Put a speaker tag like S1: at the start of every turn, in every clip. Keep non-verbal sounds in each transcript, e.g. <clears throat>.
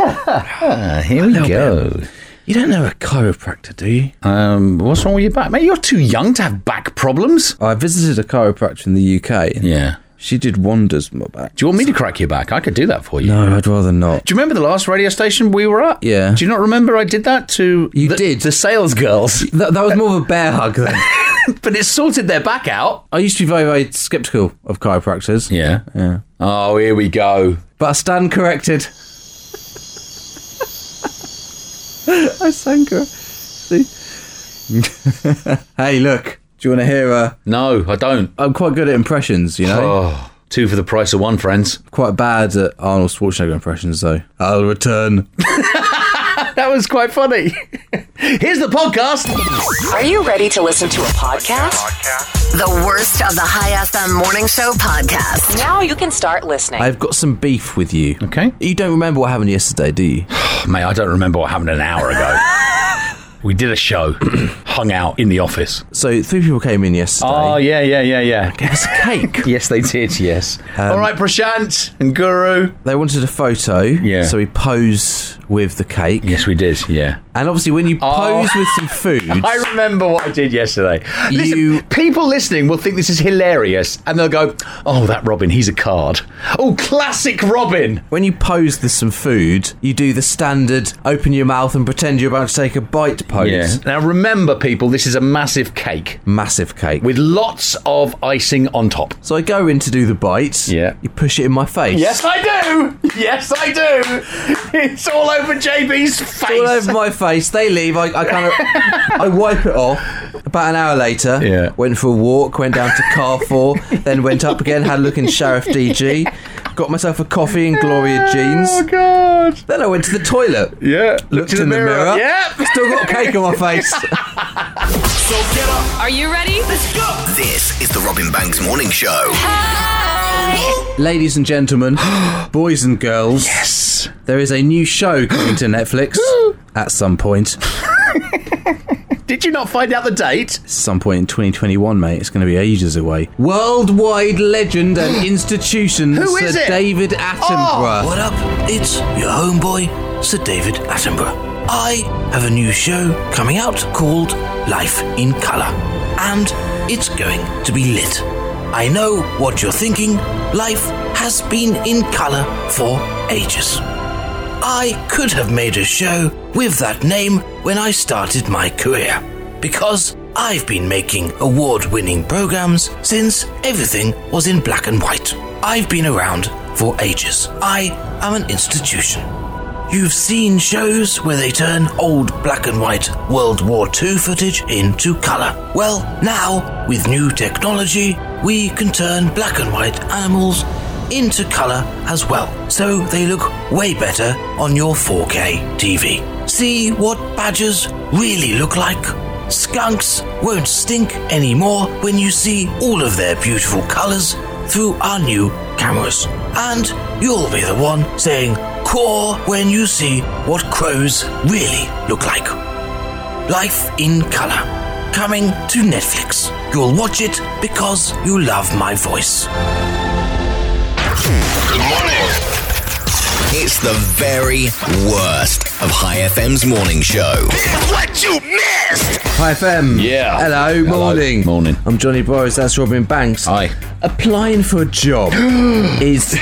S1: Ah, here we go.
S2: You don't know a chiropractor, do you?
S1: Um, what's wrong with your back, mate? You're too young to have back problems.
S2: I visited a chiropractor in the UK. and
S1: Yeah.
S2: She did wonders with my back.
S1: Do you want me to crack your back? I could do that for you.
S2: No, I'd rather not.
S1: Do you remember the last radio station we were at?
S2: Yeah.
S1: Do you not remember I did that to
S2: You
S1: the,
S2: did.
S1: the sales girls?
S2: That, that was more of a bear hug then. <laughs>
S1: <laughs> but it sorted their back out.
S2: I used to be very, very sceptical of chiropractors.
S1: Yeah. Yeah. Oh, here we go.
S2: But I stand corrected. I stand corrected. See? hey, look. Do you want to hear a...
S1: No, I don't.
S2: I'm quite good at impressions, you know?
S1: Oh, two for the price of one, friends.
S2: Quite bad at Arnold Schwarzenegger impressions, though. I'll return.
S1: That was quite funny. Here's
S2: <laughs>
S1: the podcast.
S3: Are you ready to listen to a podcast?
S4: The worst of the High FM Morning Show podcast.
S3: Now you can start listening.
S2: I've <gasps> got some beef with you.
S1: Okay.
S2: You don't remember what happened yesterday, do you?
S1: <sighs> Mate, I don't remember what happened an hour
S2: <laughs>
S1: ago. we did a show, <clears throat> hung out in the office.
S2: So, three people came in yesterday.
S1: Oh, yeah, yeah,
S2: <laughs>
S1: yeah, yeah.
S2: It was a cake. Um,
S1: <laughs> Yes, they did, yes. All right, Prashant and Guru.
S2: they wanted a photo,
S1: Yeah.
S2: so we pose with the cake.
S1: Yes, we did, yeah.
S2: And obviously, when you
S1: Oh.
S2: pose with some food,
S1: <laughs> I remember what I did yesterday. Listen,
S2: You-
S1: people listening will think this is hilarious and they'll go, oh, that Robin, he's a card. Oh, classic Robin.
S2: when you pose with some food, you do the standard open your mouth and pretend you're about to take a bite pose.
S1: Now, remember, people, this is a massive cake
S2: Massive cake.
S1: with lots of icing on top.
S2: so I go in to do the bite.
S1: Yeah.
S2: You push it in my face.
S1: Yes, I do. Yes, I do. It's all over JB's face.
S2: all over my face. They leave. I, I kind of I wipe it off. About an hour later,
S1: Yeah.
S2: went for a walk, went down to Carrefour, then went up again, had a look in Sheriff DG, got myself a coffee and Gloria jeans.
S1: Oh God.
S2: Then I went to the toilet.
S1: Yeah.
S2: Looked in the mirror.
S1: Yep.
S2: Still got cake on my
S1: <laughs>
S2: face.
S5: Are you ready?
S6: This is the Robin Banks Morning Show.
S2: Ladies and
S1: <gasps>
S2: gentlemen, boys and girls,
S1: Yes.
S2: there is a new show coming to
S1: <gasps>
S2: Netflix at some point.
S1: Did you not find out the date?
S2: some point in 2021, mate. It's going to be ages away. Worldwide legend and institution,
S1: Who
S2: Sir
S1: is it? Oh!
S2: David Attenborough.
S7: What up? It's your homeboy, Sir David Attenborough. I have a new show coming out called Life in Colour, and it's going to be lit. I know what you're thinking. Life has been in colour for ages. I could have made a show with that name when I started my career because I've been making award winning programs since everything was in black and white. I've been around for ages. I am an institution. You've seen shows where they turn old black and white World War II footage into colour. Well, now, with new technology, we can turn black and white animals into colour as well, so they look way better on your 4K TV. See what badgers really look like? Skunks won't stink anymore when you see all of their beautiful colours through our new cameras. And you'll be the one saying caw when you see what crows really look like. Life in Colour. Coming to Netflix. You'll watch it because you love my voice.
S6: It's the very worst of High FM's morning show. What you missed!
S2: Hi FM.
S1: Yeah.
S2: Hello,
S1: Hello.
S2: morning.
S1: Morning.
S2: I'm Johnny Burrows, that's Robin Banks.
S1: Hi.
S2: Applying for a job
S1: <gasps>
S2: is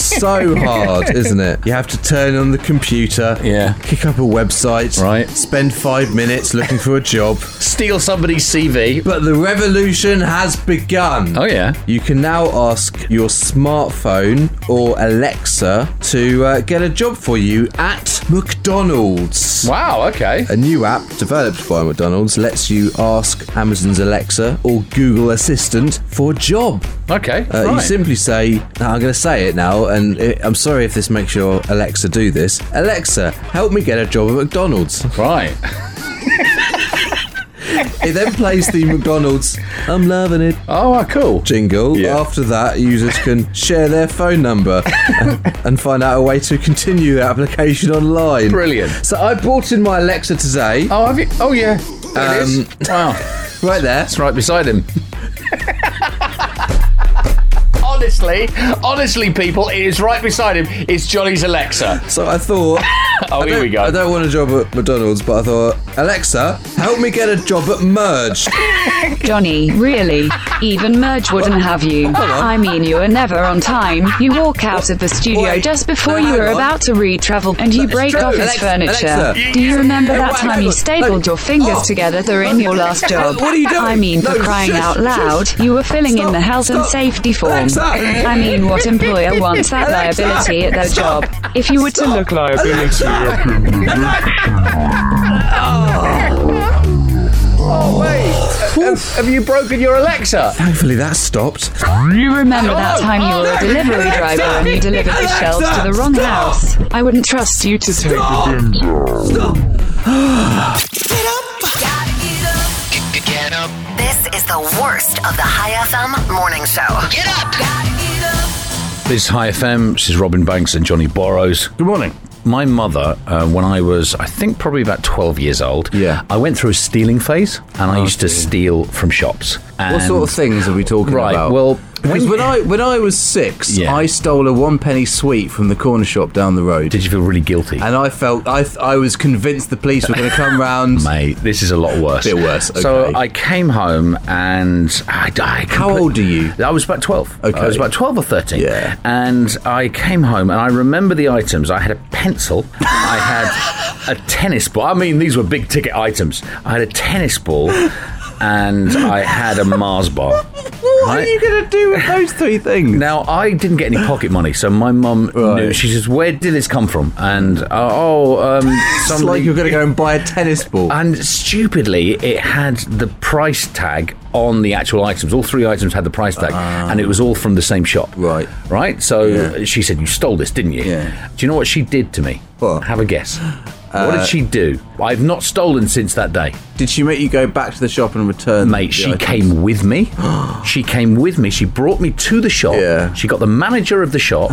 S2: so hard, isn't it? You have to turn on the computer,
S1: Yeah.
S2: kick up a website,
S1: Right.
S2: spend five minutes looking for a job.
S1: <laughs> Steal somebody's CV.
S2: But the revolution has begun.
S1: Oh yeah.
S2: You can now ask your smartphone or Alexa to uh, get a job for you at McDonald's.
S1: Wow. Okay.
S2: A new app developed by McDonald's lets you ask Amazon's Alexa or Google Assistant for a job.
S1: Okay.
S2: Uh, You
S1: right.
S2: simply say, I'm going to say it now, and i I'm sorry if this makes your Alexa do this. Alexa, help me get a job at McDonald's.
S1: right.
S2: It then plays the McDonald's, I'm loving it,
S1: Oh, wow, cool.
S2: jingle.
S1: Yeah.
S2: After that, users can share their phone number <laughs> and, and find out a way to continue their application online.
S1: Brilliant.
S2: So I bought in my Alexa today,
S1: Oh, have you? Oh, yeah. There it
S2: <laughs>
S1: is. Wow.
S2: right there.
S1: It's right beside him. Honest
S2: honestly, honestly, people, it is right beside him. It's Johnny's Alexa.
S1: So I
S8: <laughs>
S1: thought.
S2: Oh,
S1: I
S2: here we
S1: don't-
S2: go.
S1: I don't want a job at McDonald's, but I thought, Alexa, help me get a job at Merge.
S5: Johnny, really? Even Merge wouldn't have you. I mean, you were never on time. You walk out of the studio
S1: Wait,
S5: just before
S1: no,
S5: you were
S1: hang on.
S5: about to read travel, and you
S1: That's
S5: break
S1: true.
S5: off his
S1: Alexa,
S5: furniture.
S1: Alexa.
S5: Do you remember
S1: Yeah,
S5: that
S1: right,
S5: time
S1: hang
S5: you
S1: on.
S5: stapled
S1: No.
S5: your fingers
S1: Oh.
S5: together in your last job?
S1: What are you doing?
S5: I mean, for
S1: No,
S5: crying
S1: shush,
S5: out
S1: shush.
S5: loud, you were filling in
S1: Stop,
S5: the health and
S1: stop.
S5: safety form.
S1: Alexa.
S5: I mean,
S1: <laughs>
S5: what employer wants that
S1: Alexa.
S5: liability at their
S1: Stop.
S5: job? If you were to look
S2: Oh, have, have you broken your Alexa?
S1: Thankfully, that stopped.
S5: You remember that
S1: Oh,
S5: time you were a
S1: Alexa,
S5: delivery driver and you delivered the
S1: Alexa,
S5: shelves to the wrong
S1: stop.
S5: house? I wouldn't trust you to take
S6: Get up.
S3: This is the worst of the High FM morning show.
S6: Get up.
S2: This is High FM. This is Robin Banks and Johnny Borrows. Good morning. My mother, uh, when I was, I think, probably about 12 years old,
S1: Yeah.
S2: I went through a stealing phase and I used to steal from shops. And
S8: Oh, What sort of things are we talking
S2: Right,
S8: about?
S2: well,
S8: because
S2: when-
S8: when, I when I was six,
S2: Yeah.
S8: I stole a one penny sweet from the corner shop down the road,
S2: Did you feel really guilty?
S8: and I felt I I was convinced the police were going
S2: <laughs>
S8: to come round.
S2: Mate, this is a lot worse.
S8: Bit worse,
S2: So
S8: okay.
S2: I came home and I, I
S8: How old are you?
S2: I was about twelve.
S8: Okay.
S2: I was about twelve or thirteen.
S8: Yeah.
S2: And I came home and I remember the items. I had a pencil. I
S8: <laughs>
S2: had a tennis ball. I mean, these were big ticket items. I had a tennis ball, and I had a Mars bar.
S8: <laughs> What
S2: Right?
S8: are you going to do with those three things?
S2: Now I didn't get any pocket money, so my mum knew. She says, "Where did this come from?" And uh, oh, um,
S8: <laughs> it's
S2: somebody-
S8: like you're going to go and buy a tennis ball.
S2: and stupidly, it had the price tag on the actual items. All three items had the price tag, and it was all from the same shop.
S8: Ah. Right.
S2: Right? So
S8: Yeah.
S2: she said, You stole this, didn't you?
S8: Yeah.
S2: Do you know what she did to me?
S8: What? Uh,
S2: Have
S8: <gasps>
S2: a guess. what did she do? I've not stolen since that day.
S8: Did she make you go back to the shop and return?
S2: Mate,
S8: the
S2: she
S8: items?
S2: came with
S8: <gasps>
S2: me. she came with me. She brought me to the shop.
S8: Yeah.
S2: She got the manager of the
S8: <laughs>
S2: shop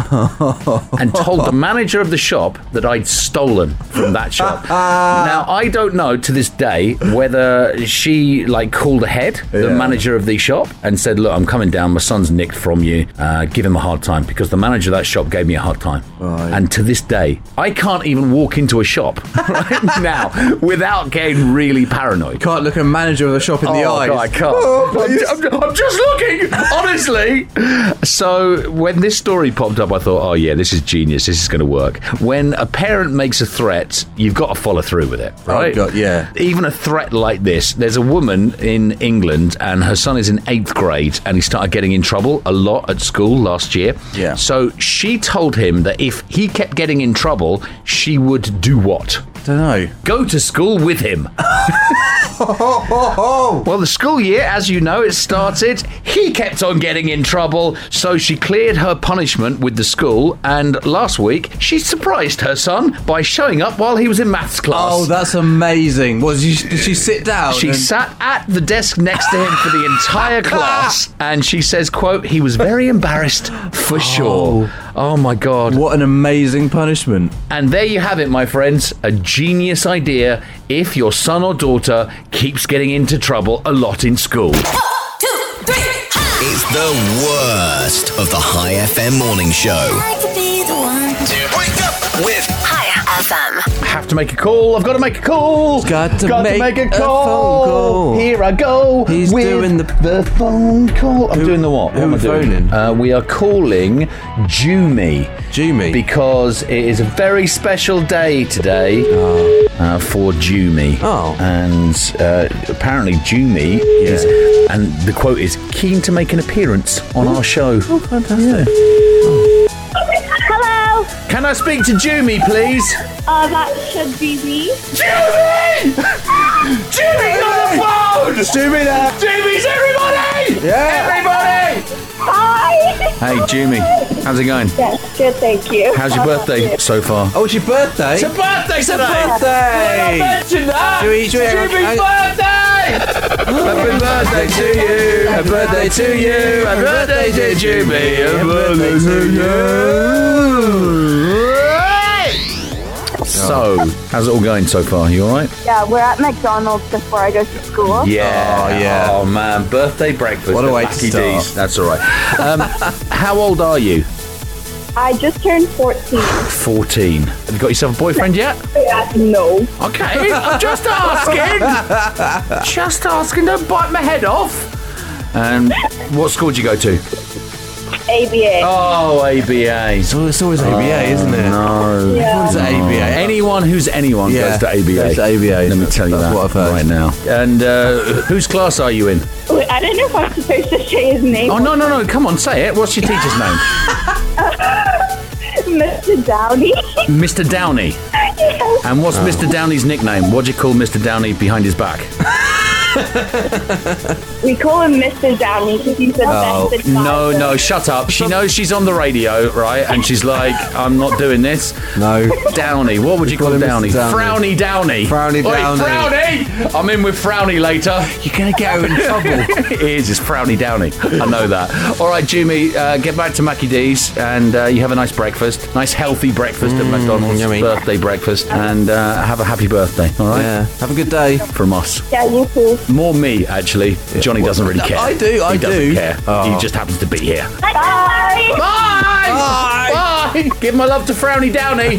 S2: and told the manager of the shop that I'd stolen from that
S8: <laughs>
S2: shop. now I don't know to this day whether she like called ahead the
S8: Yeah.
S2: manager of the shop and said, "Look, I'm coming down. My son's nicked from you. Uh, give him a hard time." Because the manager of that shop gave me a hard time. And to this day, I can't even walk into a shop <laughs> right now without getting really paranoid.
S8: Can't look a manager of a shop in the
S2: Oh,
S8: eye.
S2: God, I can't. <laughs> I'm, I'm- I'm just looking, honestly. So when this story popped up, I thought, oh yeah, this is genius. This is going to work. When a parent makes a threat, you've got to follow through with it, right?
S8: Oh, God, yeah.
S2: Even a threat like this. There's a woman in England, and her son is in eighth grade, and he started getting in trouble a lot at school last year.
S8: Yeah.
S2: So she told him that if he kept getting in trouble, she would do what?
S8: don't know.
S2: go to school with him. well, the school year, as you know, it started. He kept on getting in trouble, so she cleared her punishment with the school. And last week, she surprised her son by showing up while he was in maths class.
S8: Oh, that's amazing. Was you, did she sit down?
S2: She
S8: and-
S2: sat at the desk next to him for the <laughs> entire class, and she says, "quote He was very embarrassed
S8: <laughs>
S2: for sure." Oh my god!
S8: What an amazing punishment.
S2: And there you have it, my friends. A genius idea if your son or daughter keeps getting into trouble a lot in school.
S6: It's the worst of the High FM morning show. Wake up with
S3: High FM.
S2: Have to make a call. I've got to make a call.
S8: Got to make a phone call.
S2: Here I go.
S8: He's
S2: with
S8: doing the-
S2: phone call. I'm doing the what?
S8: who
S2: what am I
S8: we
S2: doing?
S8: phoning?
S2: Uh, we are calling Jumi.
S8: Jumi?
S2: Because it is a very special day today uh, for Jumi.
S8: Ah. Oh.
S2: And uh, apparently Jumi is, and the quote is, keen to make an appearance on our show. Oh, fantastic.
S8: Oh.
S9: Hello.
S2: Can I speak to Jumi, please?
S9: Uh, that should be me.
S2: <laughs> Jimmy! Jimmy's on the phone! Jimmy there! Jimmy's everybody! Yeah! Everybody!
S9: Hi.
S2: Hey, Jimmy, how's it going?
S9: Yes, good. Thank you.
S2: How's your
S9: How
S2: birthday
S9: about
S2: so far?
S8: Oh, it's your birthday?
S2: It's a birthday today!
S8: birthday!
S2: Mention that!
S8: Do we- do we-
S2: Jimmy's birthday! Happy birthday to you! Happy birthday to you! Happy birthday to Jimmy! Happy birthday to you! So, how's it all going so far? You all right?
S9: Yeah, we're at McDonald's before I go to school.
S2: Yeah.
S1: Oh, yeah.
S2: Oh man, birthday breakfast.
S1: What a
S2: at
S1: way to
S2: Lucky
S1: start.
S2: D's. That's all right. <laughs> Um, how old are you?
S9: I just turned 14.
S2: Fourteen. Have you got yourself a boyfriend yet?
S9: Yeah, no.
S2: Okay, I'm <laughs> just
S9: <laughs>
S2: asking. <laughs> just asking. Don't bite my head off. And
S1: Um,
S2: what school do you go to?
S9: ABA.
S2: Oh, ABA.
S1: Oh, it's always ABA, isn't it?
S2: No.
S9: yeah.
S1: It's ABA.
S2: Anyone who's anyone
S1: Yeah,
S2: goes to ABA.
S1: goes to ABA.
S2: Let me tell you
S1: That's
S2: that
S1: what I've heard.
S2: right now. And uh, whose class are you in?
S9: Wait, I don't know if I'm supposed to say his name.
S2: Oh no, no, no! Come on, say it. What's your teacher's name?
S9: Mr. <laughs> Downey.
S2: Mr. Downey. And
S1: Oh.
S2: what's Mr. Downey's nickname? What do you call Mr. Downey behind his back?
S9: we call him Mr. Downey because he's the
S1: Oh,
S9: best advisor.
S2: No, no, shut up. She knows she's on the radio, right? And she's like, I'm not doing this.
S1: No.
S2: Downey. What would you call
S1: him Mr.
S2: Downey?
S1: Downey.
S2: Frowny Downey.
S1: Frowny
S2: Oi,
S1: Downey.
S2: Frowny! I'm in with Frowny <laughs> later.
S1: You're going to get her in trouble.
S2: it is. It's Frowny Downey. I know that. All right, Jimmy, uh, get back to Mackie D's and uh, you have a nice breakfast. Nice healthy breakfast at McDonald's.
S1: Mm, yummy.
S2: Birthday breakfast. And uh, have a happy birthday, all right?
S1: yeah. Have a good day.
S2: From us.
S9: <laughs> Yeah, you too.
S2: More me, actually. Johnny doesn't really care.
S1: I do, I
S2: he doesn't
S1: do. Oh.
S2: care. He just happens to be here.
S9: Bye.
S2: Bye! Bye! Give my love to Frowny Downey.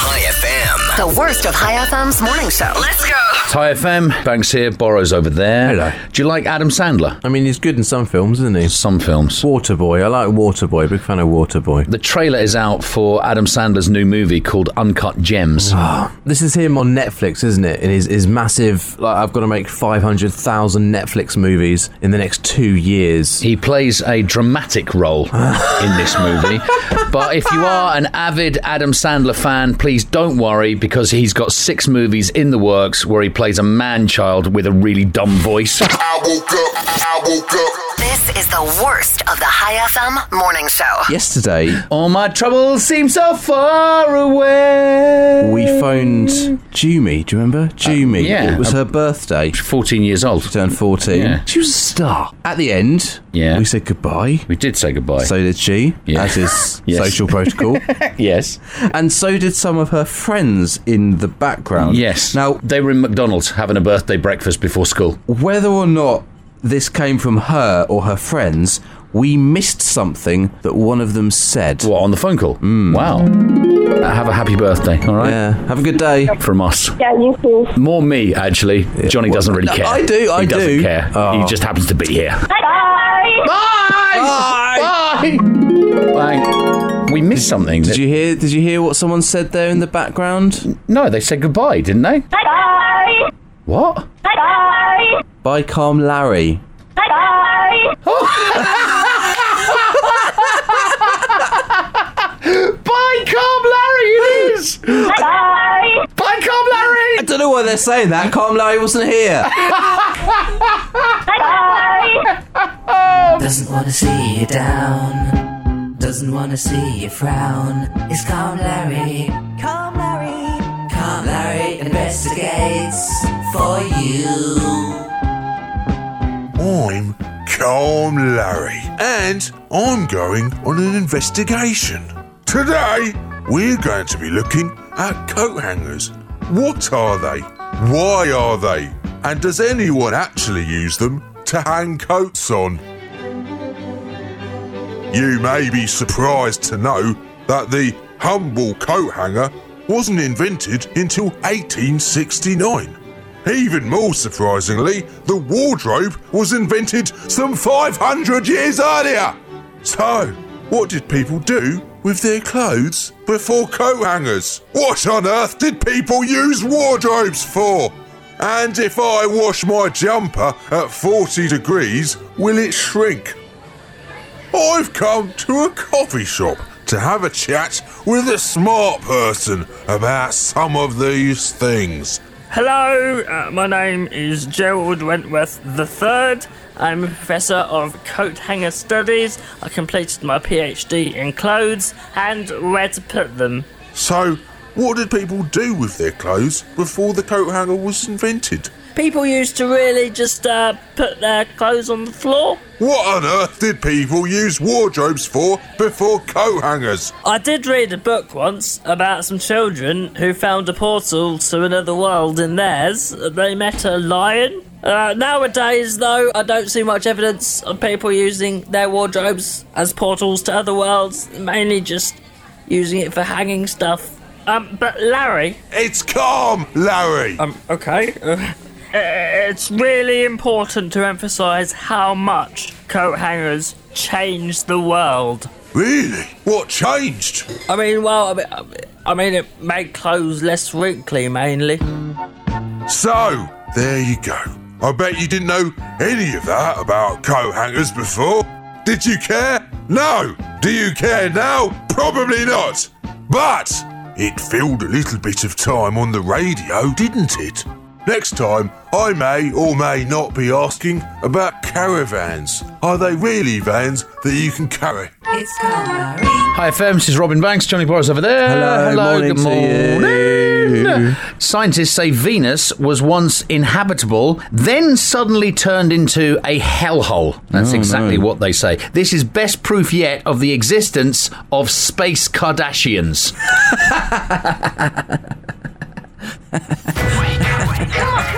S6: High FM.
S3: The worst of High FM's morning show. Let's go.
S2: Hi FM, Banks here, Borrow's over there.
S1: Hello.
S2: Do you like Adam Sandler?
S1: I mean, he's good in some films, isn't he?
S2: Some films.
S1: Waterboy. I like Waterboy. Big fan of Waterboy.
S2: The trailer is out for Adam Sandler's new movie called Uncut Gems.
S1: Ah, This is him on Netflix, isn't it? In his, his massive, like, I've got to make 500,000 Netflix movies in the next two years.
S2: He plays a dramatic
S1: <laughs>
S2: role in this movie. But if you are an avid Adam Sandler fan, please don't worry because he's got six movies in the works where he plays a man child with a really dumb voice.
S6: I woke up. I woke up.
S3: This is the worst of the High FM morning show.
S1: Yesterday,
S2: All my troubles seem so far away.
S1: we phoned Jumi. Do you remember? Jumi.
S2: Uh, yeah. Uh,
S1: It was her birthday.
S2: 14 years old.
S1: Turned 14.
S2: Yeah.
S1: She was a star. At the end,
S2: Yeah.
S1: we said goodbye.
S2: We did say goodbye.
S1: So did she,
S2: Yeah.
S1: as is
S2: <laughs> Yes.
S1: social protocol.
S2: yes.
S1: and so did some of her friends in the background.
S2: Yes.
S1: Now,
S2: they were in McDonald's having a birthday breakfast before school.
S1: whether or not this came from her or her friends, we missed something that one of them said. Hmm.
S2: What, on the phone call? Wow. Uh, have a happy birthday, all right?
S1: Yeah. Have a good day.
S2: From us.
S9: Yeah, you too.
S2: More me, actually. Johnny doesn't really
S1: No,
S2: care.
S1: I do, I
S2: he doesn't
S1: do.
S2: care.
S1: Oh.
S2: He just happens to be here.
S9: Bye.
S2: Bye! Bye! We missed something.
S1: Did you hear? Did you hear what someone said there in the background?
S2: No, they said goodbye, didn't they?
S9: Bye.
S2: What?
S9: Bye.
S1: By Calm Larry.
S9: Bye.
S2: <laughs> Bye, Calm Larry, it is!
S9: Bye.
S2: Bye, Calm
S1: I
S2: Larry!
S1: don't know why they're saying that. Calm Larry wasn't here.
S9: Bye.
S4: Doesn't wanna see you down. Doesn't wanna see you frown. It's Calm Larry. Calm Larry. Calm Larry investigates for you.
S10: I'm Calm Larry, and I'm going on an investigation. Today, we're going to be looking at coat hangers. What are they? Why are they? And does anyone actually use them to hang coats on? You may be surprised to know that the humble coat hanger wasn't invented until 1869. Even more surprisingly, the wardrobe was invented some 500 years earlier. So, what did people do with their clothes before coat hangers? What on earth did people use wardrobes for? And if I wash my jumper at 40 degrees, will it shrink? I've come to a coffee shop to have a chat with a smart person about some of these things.
S4: Hello, uh, my name is Gerald Wentworth III. I'm a professor of coat hanger studies. I completed my PhD in clothes and where to put them.
S10: So, what did people do with their clothes before the coat hanger was invented?
S11: people used to really just uh, put their clothes on the floor.
S10: What on earth did people use wardrobes for before coat hangers?
S11: I did read a book once about some children who found a portal to another world in theirs. They met a lion. Uh, nowadays, though, I don't see much evidence of people using their wardrobes as portals to other worlds, mainly just using it for hanging stuff. Um, but Larry.
S10: It's calm, Larry!
S11: Um, okay. <laughs> Uh, it's really important to emphasise how much coat hangers changed the world.
S10: Really? What changed?
S11: I mean, well, I mean, I mean it made clothes less wrinkly mainly.
S10: So, there you go. I bet you didn't know any of that about coat hangers before. Did you care? No. Do you care now? Probably not. But it filled a little bit of time on the radio, didn't it? Next time, I may or may not be asking about caravans. Are they really vans that you can carry?
S4: It's Calvary.
S2: Hi FM, this is Robin Banks. Johnny Boris over there.
S1: Hello, morning
S2: good
S1: to
S2: morning. Scientists say Venus was once inhabitable, then suddenly turned into a hellhole. That's
S1: Oh,
S2: exactly
S1: no.
S2: what they say. This is best proof yet of the existence of space Kardashians. <laughs>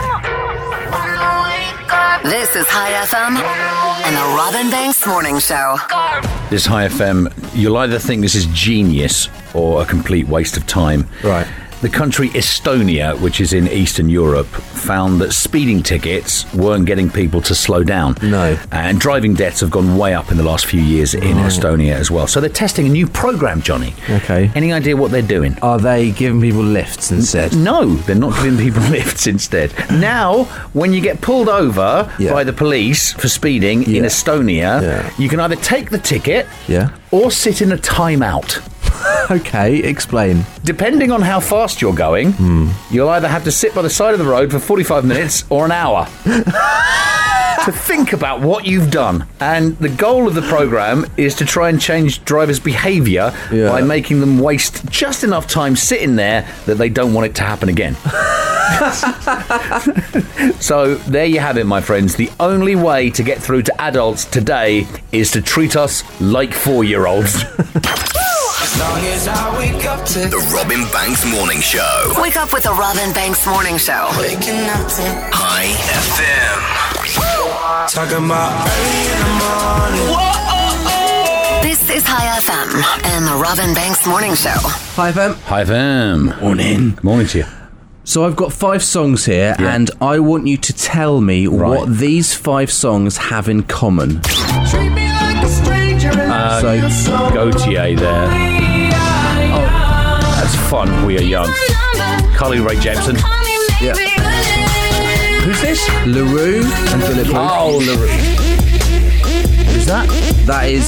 S3: This is High FM and the Robin Banks Morning Show.
S2: This High FM, you'll either think this is genius or a complete waste of time. Right. The country Estonia, which is in Eastern Europe, found that speeding tickets weren't getting people to slow down. No. And driving deaths have gone way up in the last few years in Estonia as well. So they're testing a new program, Johnny. Okay. Any idea what they're doing? Are they giving people lifts instead? No, they're not giving people <laughs> lifts instead. Now, when you get pulled over by the police for speeding in Estonia, you can either take the ticket
S1: Yeah.
S2: or sit in a timeout. <laughs> okay, explain. Hmm. Depending on how fast you're going, you'll either have to sit by the side of the road for 45 minutes or an hour to think about what you've done. And the goal of the program is to try and change drivers' behavior by making them waste just enough time sitting there that they don't want it to happen again. So there you have it, my friends. The only way to get through to adults today is to treat us like four year olds.
S6: As long as I wake up to the Robin Banks Morning Show.
S3: Wake up with the Robin Banks Morning Show. Waking up to
S6: Hi FM. Talking
S3: This is High FM and the Robin Banks Morning Show.
S1: Hi, fam.
S2: Hi, fam.
S1: Morning.
S2: Morning to you.
S1: So I've got five songs here, and I want you to tell me what these five songs have in common.
S4: Treat me like a stranger and
S2: Uh, Gautier there. That's fun. We are young. Carly Ray Jepsen. Yeah. Who's this?
S1: LaRue and Philip
S2: Oh, LaRue. Who's that?
S1: That is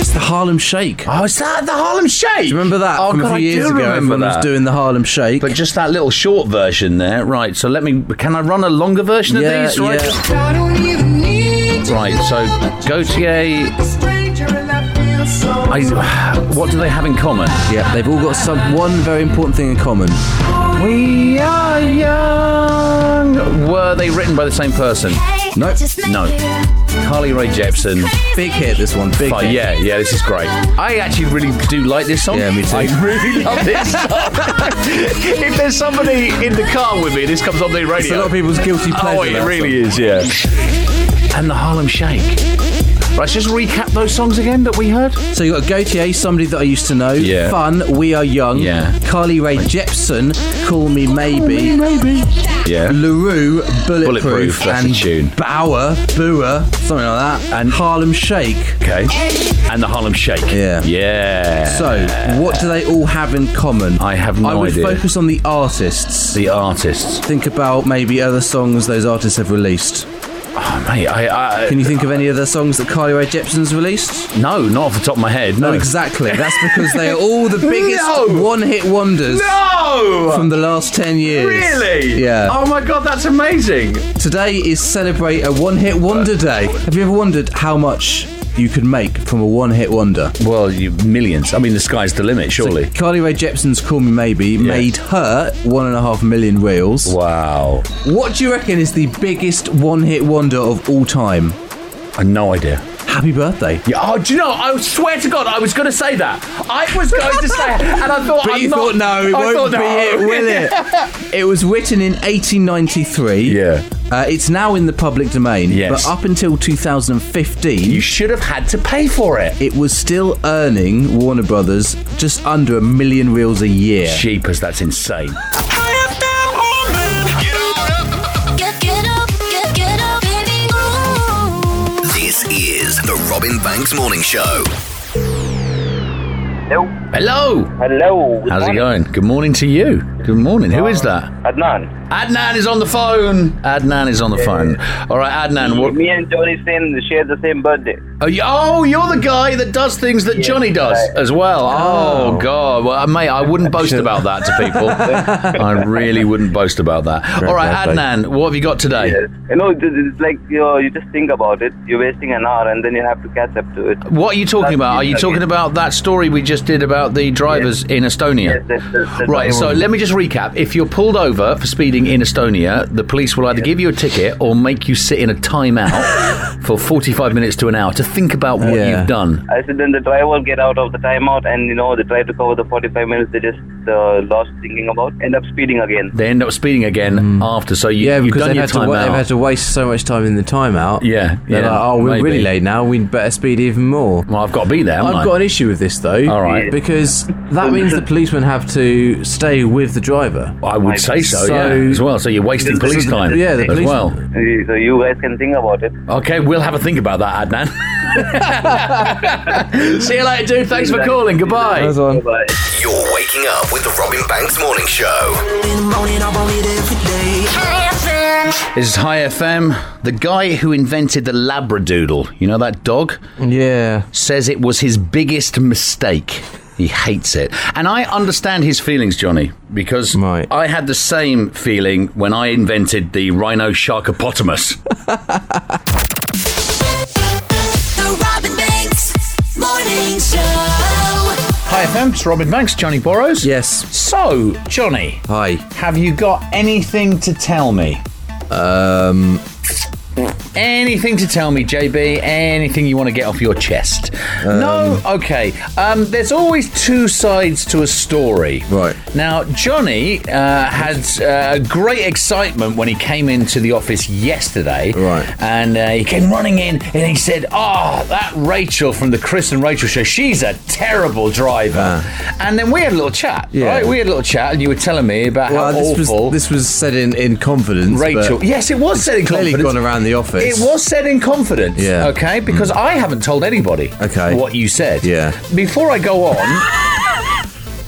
S1: it's the Harlem Shake.
S2: Oh, is that the Harlem Shake? Do
S1: you remember that
S2: Oh,
S1: from
S2: God,
S1: a
S2: I
S1: few
S2: do
S1: years ago?
S2: remember
S1: Everyone
S2: that.
S1: was doing the Harlem Shake.
S2: But just that little short version there, right? So let me. Can I run a longer version
S1: Yeah,
S2: of these? Right.
S4: I don't even need you.
S2: Right. So Gautier.
S4: Stranger and I feel so
S2: <laughs> I, what do they have in common?
S1: Yeah, they've all got some one very important thing in common.
S2: We are young. Were they written by the same person?
S1: No.
S2: No. Carly Ray Jepsen.
S1: Big hit, this one. Big
S2: Oh,
S1: hit.
S2: yeah, yeah, this is great. I actually really do like this song. Yeah, me too. I really love Oh, this
S1: <laughs>
S2: song. if there's somebody in the car with me, this comes on the radio.
S1: It's a lot of people's guilty pleasure.
S2: Oh, it really is, yeah. And the Harlem Shake. Right, let's just recap those songs again that we heard.
S1: So you got Gautier, somebody that I used to know.
S2: Yeah.
S1: Fun, We Are Young.
S2: Yeah.
S1: Carly Ray Jepsen, Call Me Maybe.
S2: Maybe. Yeah.
S1: LaRue, Bulletproof,
S2: Bulletproof, that's a
S1: and
S2: tune.
S1: Bauer, Booer, something like that, and Harlem Shake.
S2: Okay. And the Harlem Shake. Yeah. Yeah.
S1: So, what do they all have in common?
S2: I have no
S1: I would
S2: idea.
S1: focus on the artists.
S2: The artists.
S1: Think about maybe other songs those artists have released.
S2: Oh, mate, I, I
S1: Can you think of any other songs that Carly Rae Jepsen's released?
S2: no, not off the top of my head. No,
S1: Not exactly. That's because they are all the biggest
S2: <laughs> No!
S1: one-hit wonders
S2: No.
S1: from the last ten years.
S2: Really?
S1: Yeah.
S2: Oh my god, that's amazing.
S1: Today is celebrate a one-hit wonder day. Have you ever wondered how much
S8: you could make from a one-hit wonder?
S2: Well, you, millions. I mean, the sky's the limit, surely.
S8: Carly Rae Jepsen's "Call Me Maybe" made her one and a half million reels.
S2: Wow!
S8: What do you reckon is the biggest one-hit wonder of all time?
S2: I no idea.
S8: Happy birthday!
S2: Yeah. Oh, do you know? I swear to God, I was going to say that. I was going to say, and I thought,
S8: But
S2: I'm
S8: you
S2: not-
S8: thought no, it
S2: I
S8: won't
S2: thought,
S8: be
S2: no.
S8: it, will
S2: <laughs>
S8: <laughs> it? it was written in 1893.
S2: Yeah.
S8: Uh, it's now in the public domain.
S2: Yes.
S8: But up until 2015,
S2: you should have had to pay for it.
S8: It was still earning Warner Brothers just under a million reels a year.
S2: Jeepers, that's insane.
S6: This is the Robin Banks Morning Show.
S2: Hello.
S12: Hello.
S2: How's it going? Good morning to you. Good morning. Who is that?
S12: Adnan.
S2: Adnan is on the phone. Adnan is on the phone. All right, Adnan. What?
S12: Me and Johnny Sin share the same birthday.
S2: Oh, you- oh, you're the guy that does things that Johnny does as well. Oh, God. Well, mate, I wouldn't boast about that to people. I really wouldn't boast about that. All right,
S12: birthday.
S2: Adnan, what have you got today?
S12: You know, it- it's like you know, you just think about it. You're wasting an hour, and then you have to catch up to it.
S2: What are you talking about? Are you
S12: okay.
S2: talking about that story we just did about the drivers in Estonia? right, so let me just recap. If you're pulled over for speeding in Estonia, the police will either give you a ticket or make you sit in a
S1: <laughs>
S2: timeout for 45 minutes to an hour to think about what you've done.
S12: I said, then the driver get out of the timeout, and you know, they try to cover the 45 minutes. They just uh, lost thinking about, end up speeding again.
S2: They end up speeding again after, so you,
S1: Mm. Yeah,
S2: you've
S1: because
S2: done
S1: they've
S2: your
S1: had, to,
S2: timeout.
S1: wa- they've had to waste so much time in the timeout.
S2: Yeah,
S1: They're
S2: yeah,
S1: like, oh, we're
S2: maybe.
S1: really late now. We'd better speed even more.
S2: Well, I've got to be there. haven't
S1: I've
S2: I?
S1: got an issue with this though.
S2: All right.
S1: Because that means the policemen have to stay with the driver.
S2: I would say so, yeah, as well. So you're wasting police time
S1: Yeah, the
S2: as
S1: police.
S2: well.
S12: So you guys can think about it.
S2: Okay, we'll have a think about that, Adnan. <laughs> See you later, dude. Thanks for calling. Goodbye.
S6: You're waking up with the Robin Banks Morning Show.
S2: This is High FM. The guy who invented the Labradoodle, you know that dog?
S1: Yeah.
S2: Says it was his biggest mistake. He hates it. And I understand his feelings, Johnny, because I had the same feeling when I invented the rhino sharkopotamus. <laughs> Hi FM, it's Robin Banks, Johnny Borrows.
S1: Yes.
S2: So, Johnny.
S1: Hi.
S2: Have you got anything to tell me?
S1: Um.
S2: Anything to tell me, JB? Anything you want to get off your chest? no? Okay. Um, there's always two sides to a story. Right. Now, Johnny uh, had uh, great excitement when he came into the office yesterday. Right. And uh, he came running in and he said, Oh, that Rachel from the Chris and Rachel show, she's a terrible driver. And then we had a
S13: <laughs>
S2: little chat,
S1: Yeah.
S2: right? We had a little chat and you were telling me about how
S1: Well, this
S2: awful.
S1: was this was said in, in confidence.
S2: Rachel.
S1: but
S2: Yes, it was said in
S1: clearly
S2: confidence.
S1: gone around the office.
S2: It was said in confidence.
S1: Yeah. Mm.
S2: Okay, because I haven't told anybody. Okay. What you said.
S1: Yeah.
S2: Before I go on,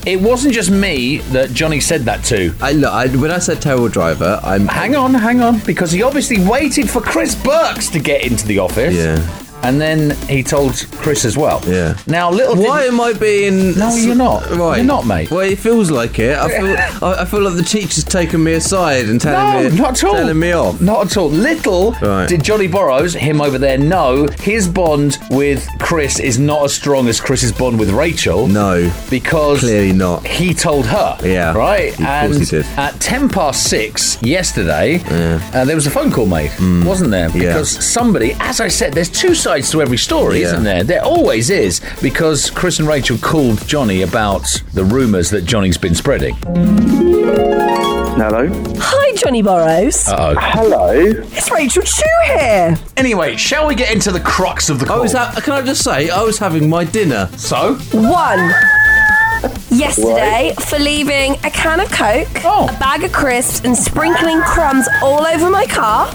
S2: it wasn't just me that Johnny said that to.
S1: I look. I, when I said terrible driver, I'm.
S2: Hang on, hang on, because he obviously waited for Chris Burks to get into the office. Yeah. And then he told Chris as well. Yeah. Now, little.
S1: Why am I being?
S2: No, you're not.
S1: Right,
S2: You're not, mate.
S1: Well, it feels like it. I
S2: <laughs>
S1: feel. I, I feel like the teacher's taken me aside and telling
S2: No,
S1: me.
S2: not at all.
S1: Telling me off.
S2: Not at all. Little
S1: Right.
S2: did Johnny Borrows, him over there, know his bond with Chris is not as strong as Chris's bond with Rachel.
S1: No.
S2: Because
S1: Clearly not.
S2: he told her.
S1: Yeah.
S2: Right?
S1: Of course
S2: and
S1: he did.
S2: at 10 past 6 yesterday, uh, there was a phone call made,
S1: Hmm.
S2: wasn't there? Because somebody, as I said, there's two sides to every story,
S1: Yeah.
S2: isn't there? There always is. Because Chris and Rachel called Johnny about the rumours that Johnny's been spreading.
S12: Hello.
S14: Hi, Johnny Burrows.
S2: Uh oh.
S12: Hello.
S14: It's Rachel Chew here.
S2: Anyway, shall we get into the crux of the call?
S1: I was ha- Oh, can I just say I was having my dinner.
S2: So
S14: One. Yesterday, for leaving a can of Coke, a bag of crisps, and sprinkling crumbs all over my car.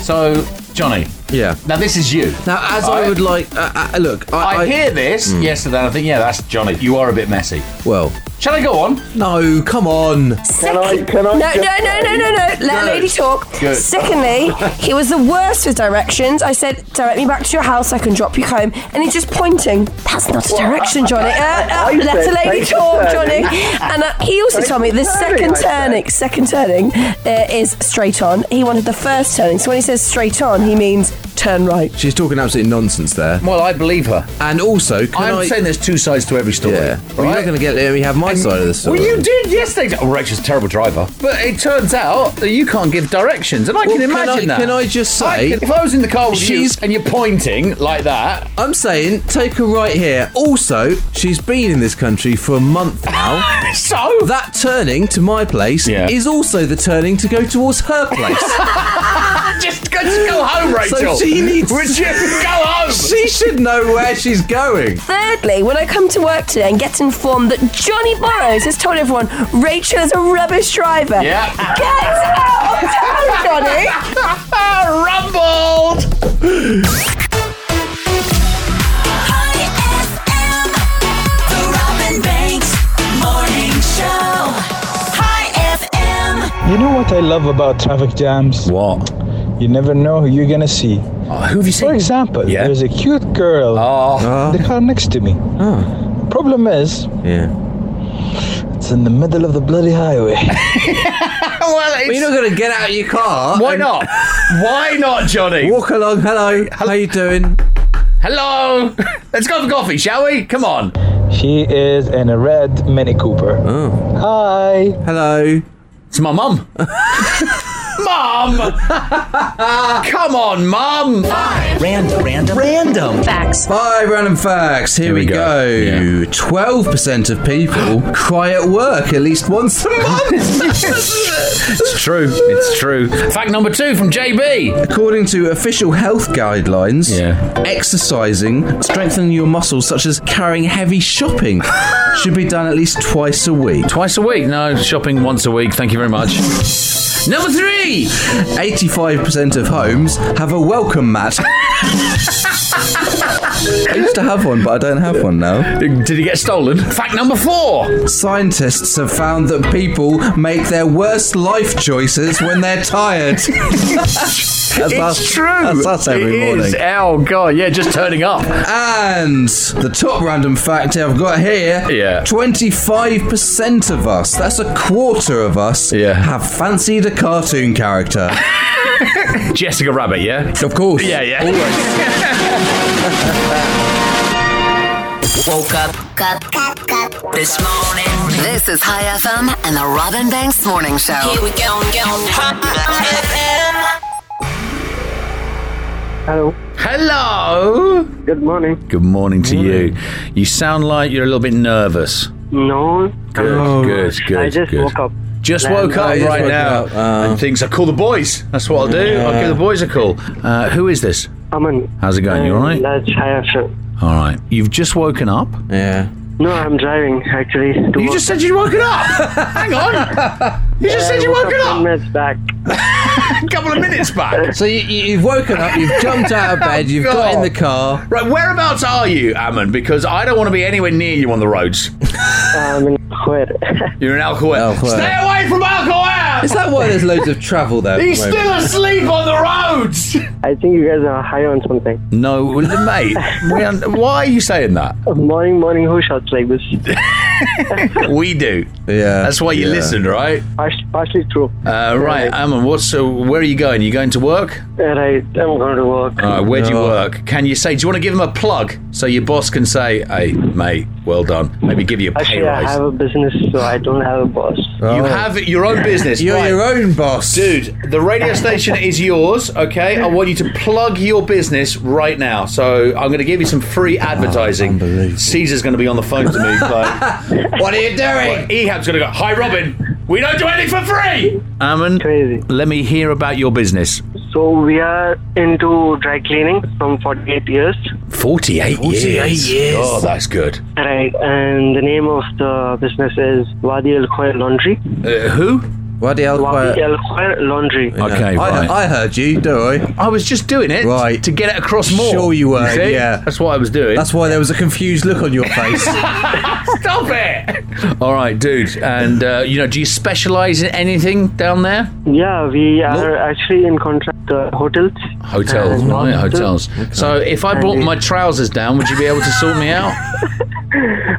S2: So, Johnny.
S1: Yeah.
S2: Now this is you.
S1: Now, as I would like, uh, uh, look, I, Hmm.
S2: I, hear this yesterday. and I think, yeah, that's Johnny. You are a bit messy.
S1: Well,
S2: shall I go on?
S1: No, come on.
S14: Can I? Can I? No, no, no, no, no, no. Let a
S2: Good.
S14: lady talk.
S2: Good.
S14: Secondly, he was the worst with directions. I said, "Direct me back to your house. I can drop you home." And he's just pointing. That's not a direction, Johnny. Uh, uh,
S4: I
S14: let
S4: said
S14: a lady
S4: take the
S14: talk, Johnny.
S4: turning.
S14: And uh, he also
S4: Take
S14: told me
S4: the
S14: the
S4: turning,
S14: second
S4: I said.
S14: turning, second turning, uh, is straight on. He wanted the first turning. So when he says straight on, he means turn right.
S1: She's talking absolute nonsense there.
S2: Well, I believe her.
S1: And also, can
S2: I'm
S1: I-
S2: saying there's two sides to every story.
S1: Yeah. Well, you're not going to get there. We have my side of the story.
S2: Well, you did yesterday. Oh, Rachel's a terrible driver. But it turns out that you can't give directions, and I
S1: Well,
S2: can
S1: can I-
S2: imagine that.
S1: can I just say-
S2: I can- if I was in the car with
S1: She's-
S2: you and you're pointing like that,
S1: I'm saying take her right here. Also, she's been in this country for a month now.
S2: <laughs> so
S1: that turning to my place is also the turning to go towards her place.
S2: <laughs> just go, just go home, Rachel.
S1: So she needs.
S2: Would
S1: <laughs>
S2: you go home?
S1: She should know where she's going.
S14: Thirdly, when I come to work today and get informed that Johnny Burrows has told everyone Rachel is a rubbish driver.
S4: Yeah.
S14: Get out of town, Johnny!
S2: <laughs>
S4: Rumbled!
S15: You know what I love about traffic jams?
S2: What? Oh,
S15: You never know who you're gonna see.
S2: who have you seen? Oh.
S15: For example, there's a cute girl in the car next to me. Problem is,
S1: yeah,
S15: it's in the middle of the bloody
S2: <laughs>
S15: highway.
S2: well,
S1: you're not going to get out of your car.
S2: Why not? Why not, Johnny?
S1: Walk along. Hello. How you doing?
S2: Hello. <laughs> Let's go for coffee, shall we? Come on.
S15: She is in a red Mini Cooper. Hi.
S1: Oh. Hello.
S2: It's my mum. Mum! <laughs> Come on, Mum!
S4: Random, random,
S1: random
S2: <laughs>
S4: facts.
S1: Five random facts. Here, we go. Twelve percent of people <gasps> cry at work at least once a month.
S2: It's true. It's true. Fact number two from JB.
S1: According to official health guidelines, exercising, strengthening your muscles, such as carrying
S2: <laughs>
S1: heavy shopping, should be done at least twice a week.
S2: Twice a week? No, shopping once a week. Thank you very much. Number three!
S1: 85% of homes have a welcome mat. I used to have one, but I don't have one now.
S2: Did it get stolen? Fact number four!
S1: Scientists have found that people make their worst life choices when they're
S2: <laughs>
S1: tired. That's
S4: It's
S2: true.
S1: That's us every
S2: It
S1: morning.
S2: is. Oh, God. Yeah, just turning up.
S1: And the top random fact I've got here
S2: Yeah.
S1: 25% of us, that's a quarter of us, have fancied a cartoon character.
S2: <laughs> Jessica Rabbit, yeah?
S1: Of course.
S2: Yeah, yeah.
S3: Woke up, up, up, up this morning. This is High FM and the Robin Banks Morning Show.
S4: Here we go, go,
S2: Hello. Hello. Good morning. Good morning to you. You sound like you're a little bit nervous.
S16: No.
S2: Good,
S16: Oh.
S2: good, good.
S16: I just
S2: good.
S16: woke up.
S2: Just
S16: Then-
S2: woke
S16: I
S2: up
S16: just
S2: right
S16: woke
S2: now and thinks, I call the boys. That's what I'll do. I'll give the boys a call. Uh, who is this?
S16: Aman. Uh,
S2: How's it going? You all right?
S16: That's higher show.
S2: All right. You've just woken up.
S1: Yeah.
S16: No, I'm driving actually.
S2: You just said you'd woken up.
S16: <laughs>
S2: Hang on. You just said you woke up.
S16: Ten minutes back.
S2: a <laughs> couple of minutes back. Oh,
S1: So you, you- you've woken up, you've jumped out
S2: <laughs>
S1: of bed, you've got in the car.
S2: Right, whereabouts are you, Ammon? Because I don't want to be anywhere near you on the roads.
S16: I'm in Quid.
S2: <laughs> You're in Alcoy. Stay away from Alcoy!
S1: Is that why there's loads of travel
S2: <laughs>
S1: there?
S2: He's still asleep on the roads!
S16: I think you guys are high on something.
S2: No, well, mate. we are- why are you saying that?
S16: Morning, morning. Who shouts like this?
S2: we do.
S1: Yeah.
S2: That's why you
S16: Yeah.
S2: listen, right?
S16: Pars- Partially true.
S2: Uh, right, Ammon, what's, so where are you going? You going to work?
S16: Right, I'm going to work.
S2: All right, where do you
S16: No.
S2: work? Can you say, do you want to give him a plug so your boss can say, hey, mate, well done? Maybe give you a pay
S16: Actually,
S2: rise.
S16: I have a business, so I don't have a boss.
S2: You have your own <laughs> business.
S1: You're
S2: right.
S1: your own boss.
S2: Dude, the radio station is yours, okay? I want you to plug your business right now. So I'm going to give you some free advertising. Caesar's going to be on the phone to me.
S1: <laughs>
S2: Like, what are you doing? Ehab's going to go, Hi, Robin. We don't do anything for free. Ammon, let me hear about your business.
S16: So we are into dry cleaning from 48 years.
S2: 48,
S16: 48 years.
S2: Oh, that's good.
S16: Right, and the name of the business is Wadi Al Khair Laundry.
S2: Uh, who?
S1: Wadi Al
S16: Wadi Al Khair Laundry.
S2: Okay,
S1: I,
S2: right.
S1: I heard you, don't I?
S2: I was just doing it
S1: right.
S2: to get it across more.
S1: Sure you were,
S2: see?
S1: yeah.
S2: That's what I was doing.
S1: That's why there was a confused look on your face.
S2: <laughs> Stop it! <laughs> All right, dude. And, uh, you know, do you specialize in anything down there?
S16: Yeah, we are actually in contract uh, hotels.
S2: Hotels,
S1: Uh,
S16: and
S2: right? Hotels.
S16: hospitals.
S2: So if I brought my trousers
S1: <laughs>
S2: down, would you be able to sort me out?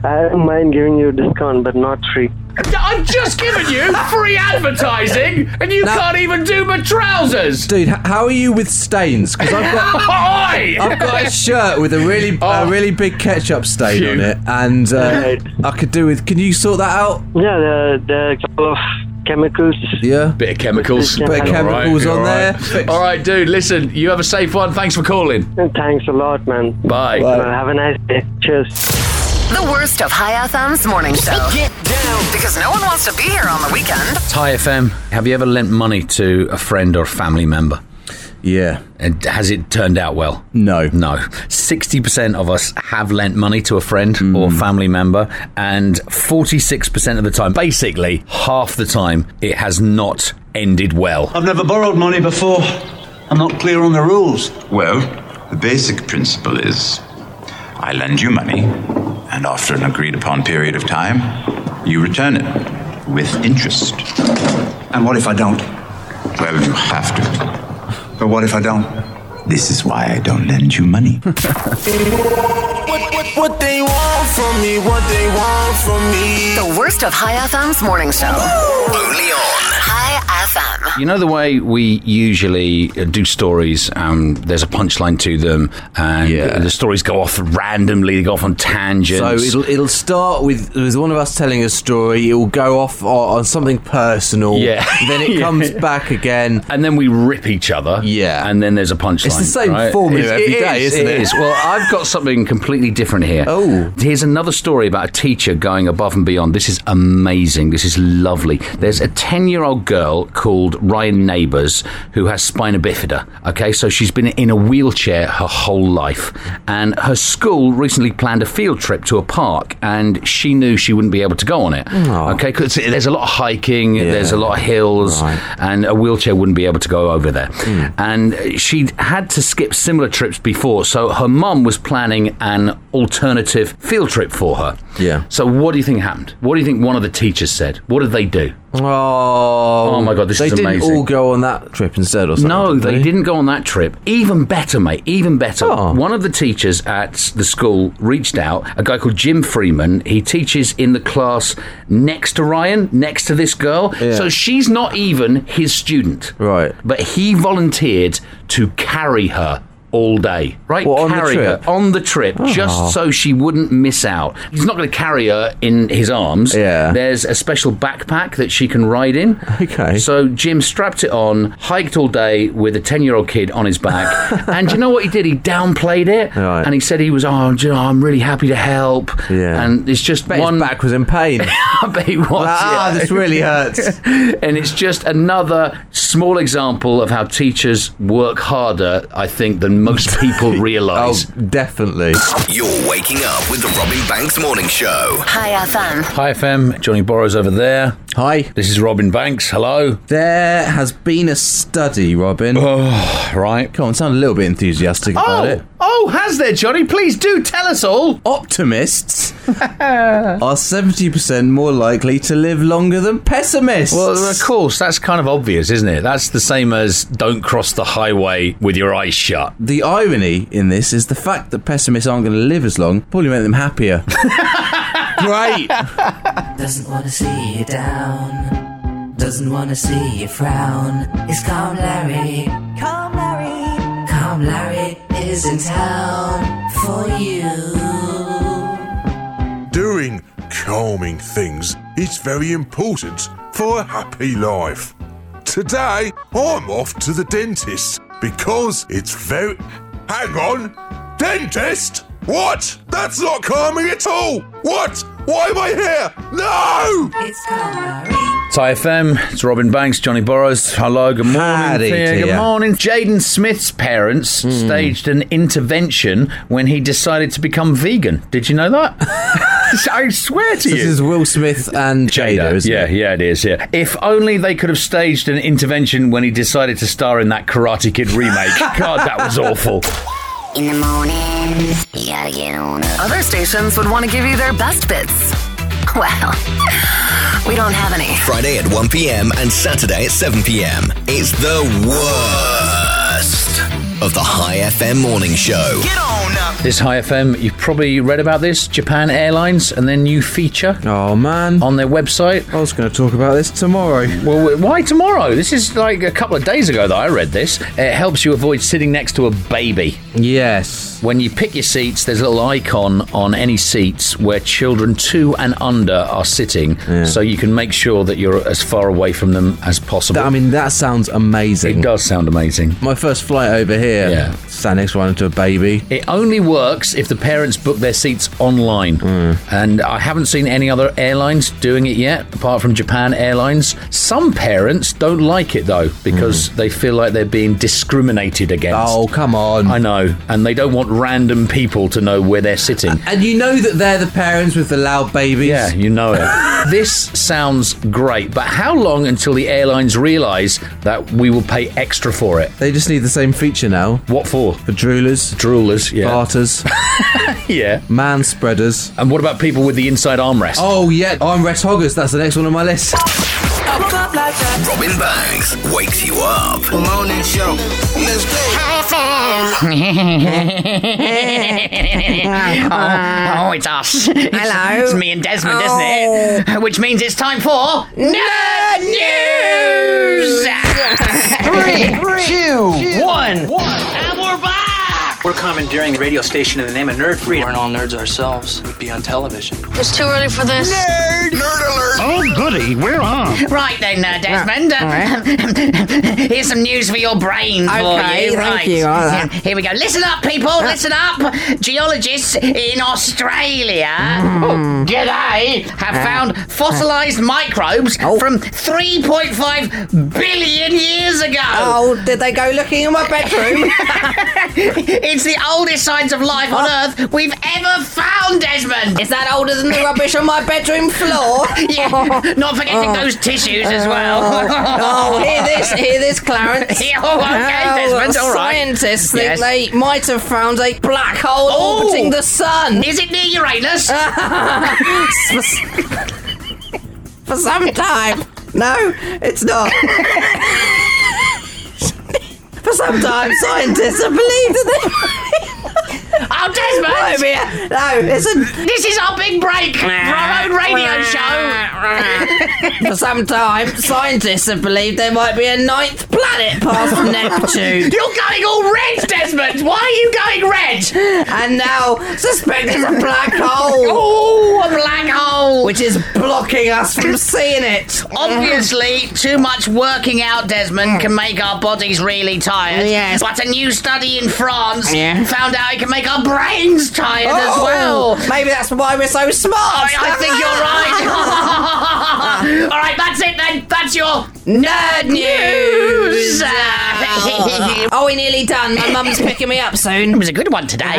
S16: I don't mind giving you a discount, but not free.
S17: I've just given you free advertising, and you
S1: Now-
S17: can't even do my trousers.
S1: Dude, h- how are you with stains? Because I've
S2: <laughs>
S1: got.
S17: Oi!
S1: I've got a shirt with a really
S2: Oh.
S1: a really big ketchup stain on it, and uh, I could do with. Can you sort that out?
S16: Yeah, the the couple of chemicals.
S1: Yeah,
S2: bit of chemicals,
S16: Bit of chemicals on
S2: there. All right, dude. Listen, you have a safe one. Thanks for calling.
S16: Thanks a lot, man.
S2: Bye.
S16: Well, have a nice day. Cheers.
S3: The worst of High FM's morning show. Get down. Because no one wants to be here on the weekend.
S2: Hi FM. Have you ever lent money to a friend or family member?
S1: Yeah.
S2: And has it turned out well?
S1: No.
S2: No. 60% of us have lent money to a friend
S1: Hmm.
S2: or family member, and 46% of the time, basically half the time, it has not ended well.
S18: I've never borrowed money before. I'm not clear on the rules. Well, the basic principle is I lend you money, and after an agreed upon period of time, you return it with interest. And what if I don't? Well, you have to. But what if I don't? This is why I don't lend you
S1: <laughs>
S18: money.
S3: What, what, what they want from me, what they want from me. The worst of High FM's morning show. Only on High FM.
S2: You know the way we usually uh, do stories. Um, there's a punchline to them, and the stories go off randomly. They go off on tangents.
S1: So it'll, it'll start with with one of us telling a story. It will go off on, on something personal.
S2: Yeah.
S1: <laughs> Then it
S2: <laughs> Yeah.
S1: comes back again,
S2: and then we rip each other.
S1: Yeah.
S2: And then there's a punchline.
S1: It's the same
S2: right?
S1: formula
S2: It-
S1: every
S2: it
S1: day,
S2: is,
S1: isn't it?
S2: is. Well, I've got something completely different here. Oh. Here's another story about a teacher going above and beyond. This is amazing. This is lovely. There's a 10 year old girl called Ryan Neighbours who has spina bifida. Okay, so she's been in a wheelchair her whole life. And her school recently planned a field trip to a park, and she knew she wouldn't be able to go on it.
S1: Oh.
S2: Okay, because there's a lot of hiking, there's a lot of hills, and a wheelchair wouldn't be able to go over there.
S1: Hmm.
S2: And she had to skip similar trips before, so her mum was planning an alternative field trip for her.
S1: Yeah.
S2: So what do you think happened? What do you think one of the teachers said? What did they do?
S1: Oh,
S2: Oh my god, this
S1: they
S2: is
S1: didn't
S2: amazing.
S1: all go on that trip instead, or something.
S2: No,
S1: did
S2: they didn't go on that trip. Even better, mate. Even better.
S1: Oh.
S2: One of the teachers at the school reached out, a guy called Jim Freeman. He teaches in the class next to Ryan, next to this girl. So she's not even his student.
S1: Right.
S2: But he volunteered to carry her all day. Right?
S1: What, on the
S2: carry
S1: trip?
S2: her on the trip
S1: Oh.
S2: just so she wouldn't miss out. He's not going to carry her in his arms. Yeah. There's a special backpack that she can ride in.
S1: Okay.
S2: So Jim strapped it on, hiked all day with a 10 year old kid on his
S1: <laughs>
S2: back. "Oh, and do you know what he did? He downplayed it.
S1: Right.
S2: And he said he was, oh, do you know, I'm really happy to help.
S1: Yeah.
S2: And it's just one.
S1: back was in
S2: <laughs>
S1: pain.
S2: I bet he was.
S1: Ah,
S2: yeah.
S1: this really hurts.
S2: <laughs> and it's just another small example of how teachers work harder, I think, than
S1: <laughs>
S2: most people realise.
S1: oh, definitely.
S6: You're waking up with the Robin Banks Morning Show.
S3: High FM.
S2: Hi FM, Johnny Borrows over there.
S1: Hi.
S2: This is Robin Banks. Hello.
S1: There has been a study, Robin.
S2: Oh, right.
S1: Come on, sound a little bit enthusiastic about it. Oh.
S2: oh, has there, Johnny? Please do tell us all. <laughs>
S1: Optimists are 70% more likely to live longer than pessimists.
S2: Well, of course, that's kind of obvious, isn't it? That's the same as don't cross the highway with your eyes shut.
S1: the irony in this is the fact that pessimists aren't going to live as long probably made them happier. <laughs> Great.
S4: Doesn't want to see you down. Doesn't want to see you frown. It's Calm Larry. Calm Larry. Calm Larry is in town for you.
S10: Doing calming things is very important for a happy life. Today, I'm off to the dentist because it's very. Hang on! Dentist? What? That's not calming at all! What? Why am I here? No!
S4: It's Calm
S2: Hi FM, it's Robin Banks, Johnny Borrows. Hello, good morning.
S1: Howdy
S2: Thea,
S1: to
S2: good
S1: ya. Hmm.
S2: morning. Jaden Smith's parents staged an intervention when he decided to become vegan. Did you know
S1: <laughs>
S2: that? I swear to
S1: This
S2: you.
S1: is Will Smith and Jada, isn't
S2: yeah,
S1: it?
S2: yeah, it is. Yeah, if only they could have staged an intervention when he decided to star in that Karate Kid
S1: <laughs>
S2: remake. God, that was awful.
S3: In the morning, you gotta get on up. Other stations would want to give you their best bits. Well, we don't have any.
S6: Friday at 1 p.m. and Saturday at 7 p.m. It's the worst of the High FM Morning Show.
S2: This High FM, you've probably read about this Japan Airlines and their new feature. Oh man, on their website. I was going to talk about this tomorrow. Well, wh- why tomorrow? This is like a couple of days ago that I read this. It helps you avoid sitting next to a baby. Yes. When you pick your seats, there's a little icon on any seats where children two and under are sitting, so you can make sure that you're as far away from them as possible. I mean, that sounds amazing. It does sound amazing.
S1: My first flight over here. Yeah. Sat next to one to a baby.
S2: It only works if the parents book their seats online.
S1: Hmm.
S2: And I haven't seen any other airlines doing it yet, apart from Japan Airlines. Some parents don't like it though, because
S1: Hmm.
S2: they feel like they're being discriminated against. Oh, come on. I know. And they don't want random people to know where they're sitting.
S1: And you know that they're the parents with the loud babies.
S2: Yeah, you know it. <laughs> this sounds great, but how long until the airlines realise that we will pay extra for it?
S1: They just need the same feature now.
S2: What for?
S1: For droolers.
S2: Droolers, yeah.
S1: Barters.
S2: <laughs> yeah.
S1: Man spreaders.
S2: And what about people with the inside armrest?
S1: Oh, yeah. Armrest hoggers. That's the next one on my list. <laughs>
S6: Robin Banks wakes you up. Morning show. Let's go.
S13: oh, oh, it's us. It's,
S3: Hello.
S13: It's me and Desmond, isn't it? Which means it's time for Nerd News!
S3: Three, two,
S13: one.
S3: And we're back!
S19: We're commandeering a radio station in the name of nerd freedom. We're all nerds ourselves. We'd be on television.
S13: It's too early for this. Nerd! Nerd alert!
S19: Oh, goody, we're on.
S13: Right then, uh, Desmond.
S19: Yeah, all
S13: <laughs> Here's some news for your brain for
S3: Okay,
S13: you.
S3: thank
S13: right.
S3: you, all
S13: Here-
S3: right.
S13: Here we go. Listen up, people. Listen up. Geologists in Australia
S3: Hmm.
S13: oh, g'day, have
S3: Uh,
S13: found fossilized microbes
S3: Oh.
S13: from 3.5 billion years ago.
S3: Oh, did they go looking in my bedroom?
S13: <laughs> it's the oldest signs of life on Earth we've ever found, Desmond.
S3: Is that older than the rubbish on my bedroom floor?
S13: <laughs> yeah, not forgetting those tissues as well.
S3: Oh, oh, hear this, hear this,
S13: <laughs>
S3: Clarence.
S13: Yeah, oh, okay,
S3: Oh,
S13: Desmond, all right.
S3: Scientists think
S13: Yes.
S3: they might have found a black hole
S13: Oh.
S3: orbiting the sun.
S13: Is it near Uranus?
S3: <laughs> For some time. No, it's not. <laughs> For some time, scientists have believed that they
S13: Oh, Desmond!
S3: Wait a minute. No, isn't.
S13: This is our big break for our own radio show.
S3: <laughs> For some time, scientists have believed there might be a ninth planet
S13: <laughs>
S3: past Neptune.
S13: You're going all red, Desmond. Why are you going red?
S3: And now suspect it's a black hole.
S13: Oh, a black hole.
S3: Which is blocking us from seeing it.
S13: Obviously, too much working out, Desmond, can make our bodies really tired.
S3: Yes.
S13: But a new study in France
S3: Yeah.
S13: found out it can make our brains tired as
S3: Oh,
S13: well.
S3: Maybe that's why we're so smart.
S13: I, I think you're
S3: <laughs>
S13: right. <laughs> all right, that's it then. That's your
S3: Nerd news.
S13: <laughs>
S3: oh, we nearly done. My mum's picking me up soon. Ah. It
S13: was a good one today.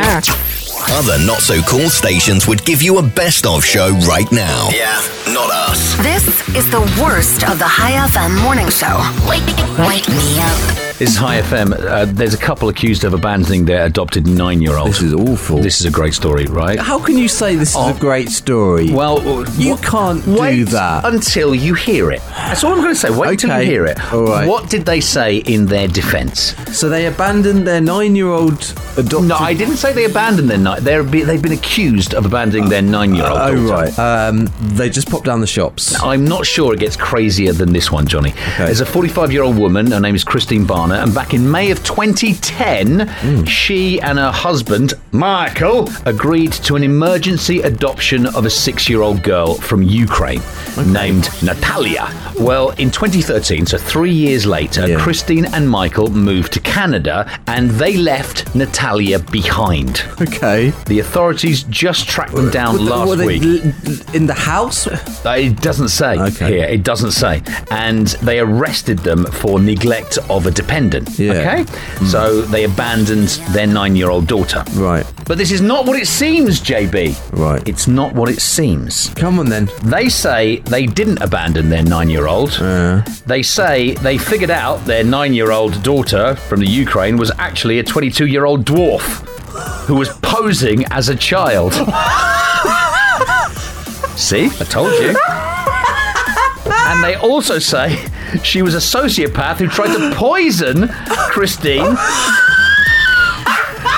S6: Other not so cool stations would give you a best of show right now. Yeah, not us.
S20: This is the worst of the High FM morning show. Wake, wake me up.
S2: This is High FM. Uh, there's a couple accused of abandoning their adopted nine-year-old. This is awful. This is a great story, right? Oh.
S1: How can you say this is a great story?
S2: Well,
S1: you can't do that.
S2: until you hear it. That's all I'm going to say. Wait until you
S1: Okay.
S2: hear it.
S1: All right.
S2: What did they say in their defence?
S1: So they abandoned their nine-year-old adopted.
S2: No, I didn't say they abandoned their nine. They're be- they've been accused of abandoning their nine-year-old.
S1: Oh
S2: daughter.
S1: right. Um, they just popped down the shops.
S2: I'm not sure it gets crazier than this one, Johnny. There's a 45 year old woman, her name is Christine Barner, and back in May of 2010, she and her husband, Michael, agreed to an emergency adoption of a six year old girl from Ukraine named Natalia. Well, in 2013, so three years later, Christine and Michael moved to Canada and they left Natalia behind.
S1: Okay.
S2: The authorities just tracked them down
S1: Were they-
S2: last
S1: were they
S2: week.
S1: in the house?
S2: Uh, It doesn't say here. It doesn't say. And they arrested them for neglect of a dependent. Okay? So they abandoned their nine year old daughter.
S1: Hmm. Right.
S2: But this is not what it seems, JB.
S1: Right.
S2: It's not what it seems.
S1: Come on then.
S2: They say they didn't abandon their nine year old.
S1: Uh.
S2: They say they figured out their nine year old daughter from the Ukraine was actually a 22 year old dwarf who was posing as a
S1: <laughs>
S2: child. See, I told you. and they also say she was a sociopath who tried to poison Christine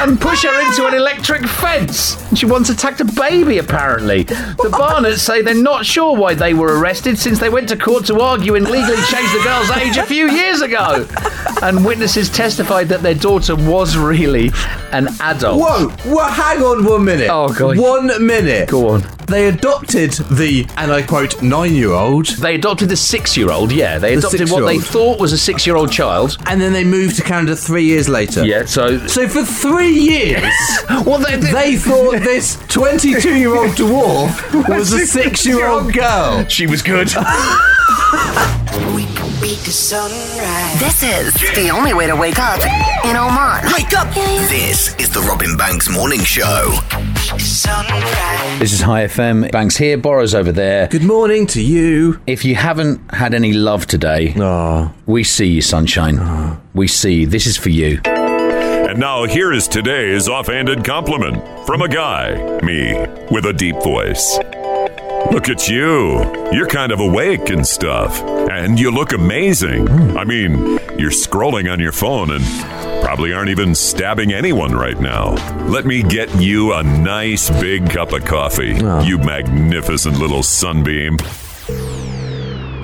S21: and push her into an electric fence. She once attacked a baby, apparently. The Barnetts say they're not sure why they were arrested since they went to court to argue and legally change the girl's age a few years ago. And witnesses testified that their daughter was really an adult.
S1: Whoa, whoa, hang on one minute. Oh, God. One minute. Go on. They adopted the, and I quote, nine year old.
S21: They adopted the six year old, yeah. They
S1: The
S21: adopted what they
S1: six-year-old.
S21: thought was a six year old child.
S1: And then they moved to Canada three years later.
S21: Yeah, so.
S1: So for three years,
S21: well, they,
S1: thought this 22 year old dwarf was a six year old girl.
S21: She was
S1: <laughs>
S21: good.
S20: This is the only way to wake up in Oman. Wake up!
S6: This is the Robin Banks Morning Show.
S2: This is High FM. Banks here, Borrows over there. Good morning to you. If you haven't had any love today, we see you, sunshine. We see you. This is for you.
S22: And now here is today's offhanded compliment from a guy, me, with a deep voice. Look at you. You're kind of awake and stuff. And you look amazing. I mean, you're scrolling on your phone and probably aren't even stabbing anyone right now. Let me get you a nice big cup of coffee, you magnificent little sunbeam.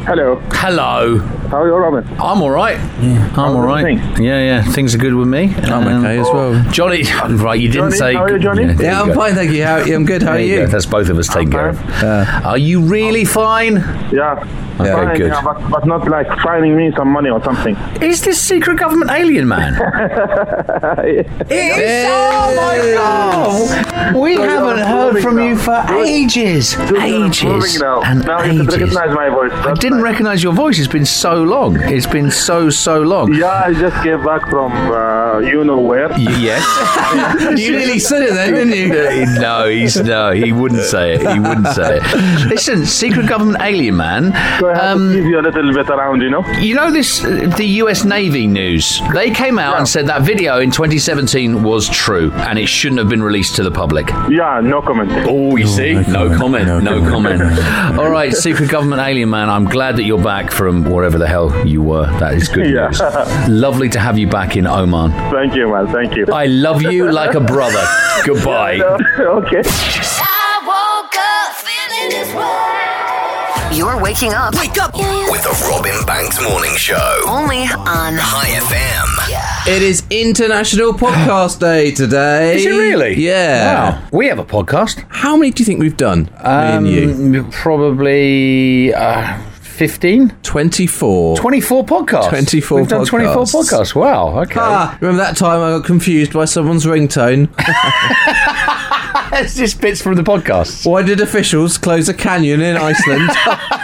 S2: Hello. Hello. How are you, Robin? I'm all right. Yeah, I'm all right. Yeah, yeah. Things are good with me. I'm okay as well. Johnny, <laughs> right? You didn't
S1: Johnny,
S2: say.
S1: how are you, Johnny?
S2: there
S1: Yeah,
S2: you
S1: I'm
S2: go.
S1: fine, thank you. How- I'm good, how
S2: There
S1: are
S2: go.
S1: you?
S2: That's both of us taken care of. are you really fine?
S23: Yeah.
S2: Okay,
S23: fine,
S2: good.
S23: Yeah, but, but not like finding me some money or something.
S2: Is this secret government
S23: <laughs>
S2: alien man? Oh my god! We
S23: So you're
S2: haven't heard
S23: improving
S2: from
S23: now.
S2: you for
S1: <laughs>
S23: Good.
S2: ages,
S23: So you're
S2: ages,
S23: improving now.
S2: and
S23: Now you
S2: ages.
S23: should recognize my voice.
S2: I didn't recognise your voice. It's been so long. It's been so so long.
S23: Yeah, I just came back from uh, you know where.
S2: yes. <laughs>
S23: You nearly
S2: said it then, didn't <laughs> you? No, he's no. He wouldn't say it. He wouldn't say it. Listen, secret government alien man. So I have to give
S23: you a little bit around, you know.
S2: You know this, uh, the U.S. Navy news. They came out and said that video in 2017 was true and it shouldn't have been released to the public.
S23: Yeah, no comment.
S2: Oh, you see, no comment, no comment. <laughs> All right, secret government alien man. I'm glad that you're back from wherever the hell you were. That is good
S23: <laughs> Yeah.
S2: news. Lovely to have you back in Oman.
S23: Thank you, man. Thank you.
S2: I love you like
S23: <laughs>
S2: a brother. Goodbye.
S23: okay.
S20: You're waking up. Wake up!
S6: With the Robin Banks Morning Show.
S20: Only on
S6: High FM.
S1: It is International Podcast Day today.
S2: Is it really?
S1: Yeah.
S2: Wow. We have a podcast.
S1: How many do you think we've done?
S2: Um, Probably uh, 15?
S1: 24.
S2: 24 podcasts.
S1: 24
S2: We've done 24 podcasts. Wow. Okay.
S1: Ah, remember that time I got confused by someone's ringtone?
S2: <laughs> it's just bits from the podcast.
S1: Why did officials close a canyon
S2: <laughs>
S1: in Iceland?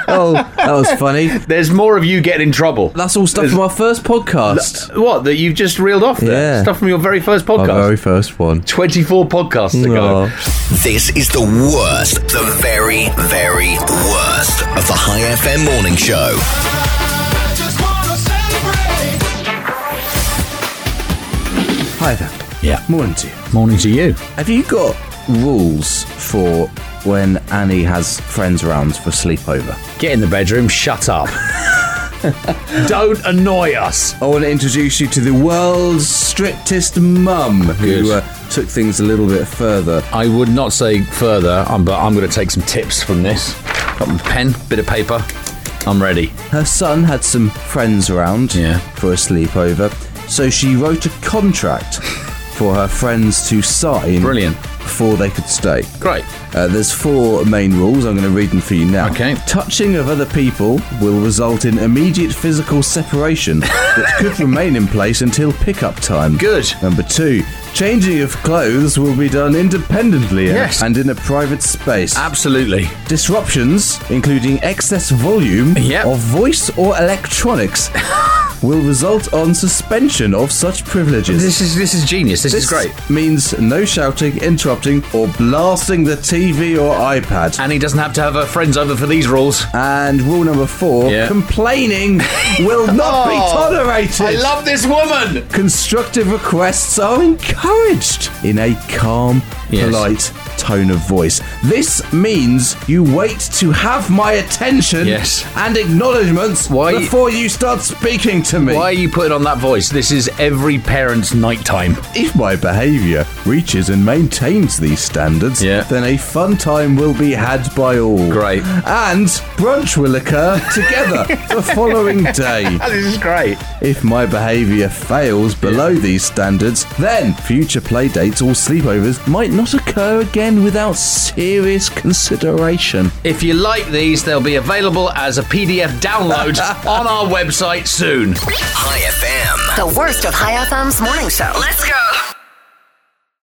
S1: oh, that was funny.
S2: There's more of you getting in trouble.
S1: That's all stuff from our first podcast.
S2: What that you've just reeled off there?
S1: Yeah.
S2: Stuff from your very first podcast.
S1: Our very first one.
S2: 24 podcasts ago.
S6: This is the worst, the very, very worst of the High FM Morning Show.
S1: Hi there.
S2: Yeah.
S1: Morning to you.
S2: Morning to you.
S1: Have you got rules for when Annie has friends round for sleepover?
S2: Get in the bedroom, shut up. <laughs> Don't annoy us.
S1: I want to introduce you to the world's strictest mum who uh, took things a little bit further.
S2: I would not say further, um, but I'm going to take some tips from this. Got my pen, bit of paper. I'm ready.
S1: Her son had some friends round for a sleepover, so she wrote a contract for her friends to sign.
S2: Brilliant.
S1: Before they could stay.
S2: Great.
S1: Uh, there's four main rules. I'm going to read them for you now. Okay. Touching of other people will result in immediate
S2: <laughs>
S1: physical separation that could remain in place until pickup time.
S2: Good.
S1: Number two, changing of clothes will be done independently
S2: Yes.
S1: and in a private space.
S2: Absolutely.
S1: Disruptions, including excess volume of voice or
S2: <laughs>
S1: electronics, will result on suspension of such privileges.
S2: This is this is genius. This, is great.
S1: Means no shouting, interrupting, or blasting the TV or iPad.
S2: And he doesn't have to have her friends over for these rules.
S1: And rule number four:
S2: Yeah.
S1: complaining will not be
S2: Oh,
S1: tolerated.
S2: I love this woman.
S1: Constructive requests are encouraged in a calm,
S2: Yes.
S1: polite,
S2: tone of voice. This means you wait to have my attention yes. and acknowledgements before you start speaking to me.
S24: Why are you putting on that voice? This is every parent's nighttime.
S2: If my behaviour reaches and maintains these standards, then a fun time will be had by all. Great. And brunch will occur
S24: <laughs>
S2: together the following <laughs>
S10: <laughs>
S2: day.
S24: This is great.
S2: If my behaviour fails below these standards, then future playdates or sleepovers might not occur again without serious consideration.
S10: If you like these, they'll be available as a PDF
S2: <laughs>
S10: download on our website soon.
S3: High FM. The worst of High FM's morning show. Let's go.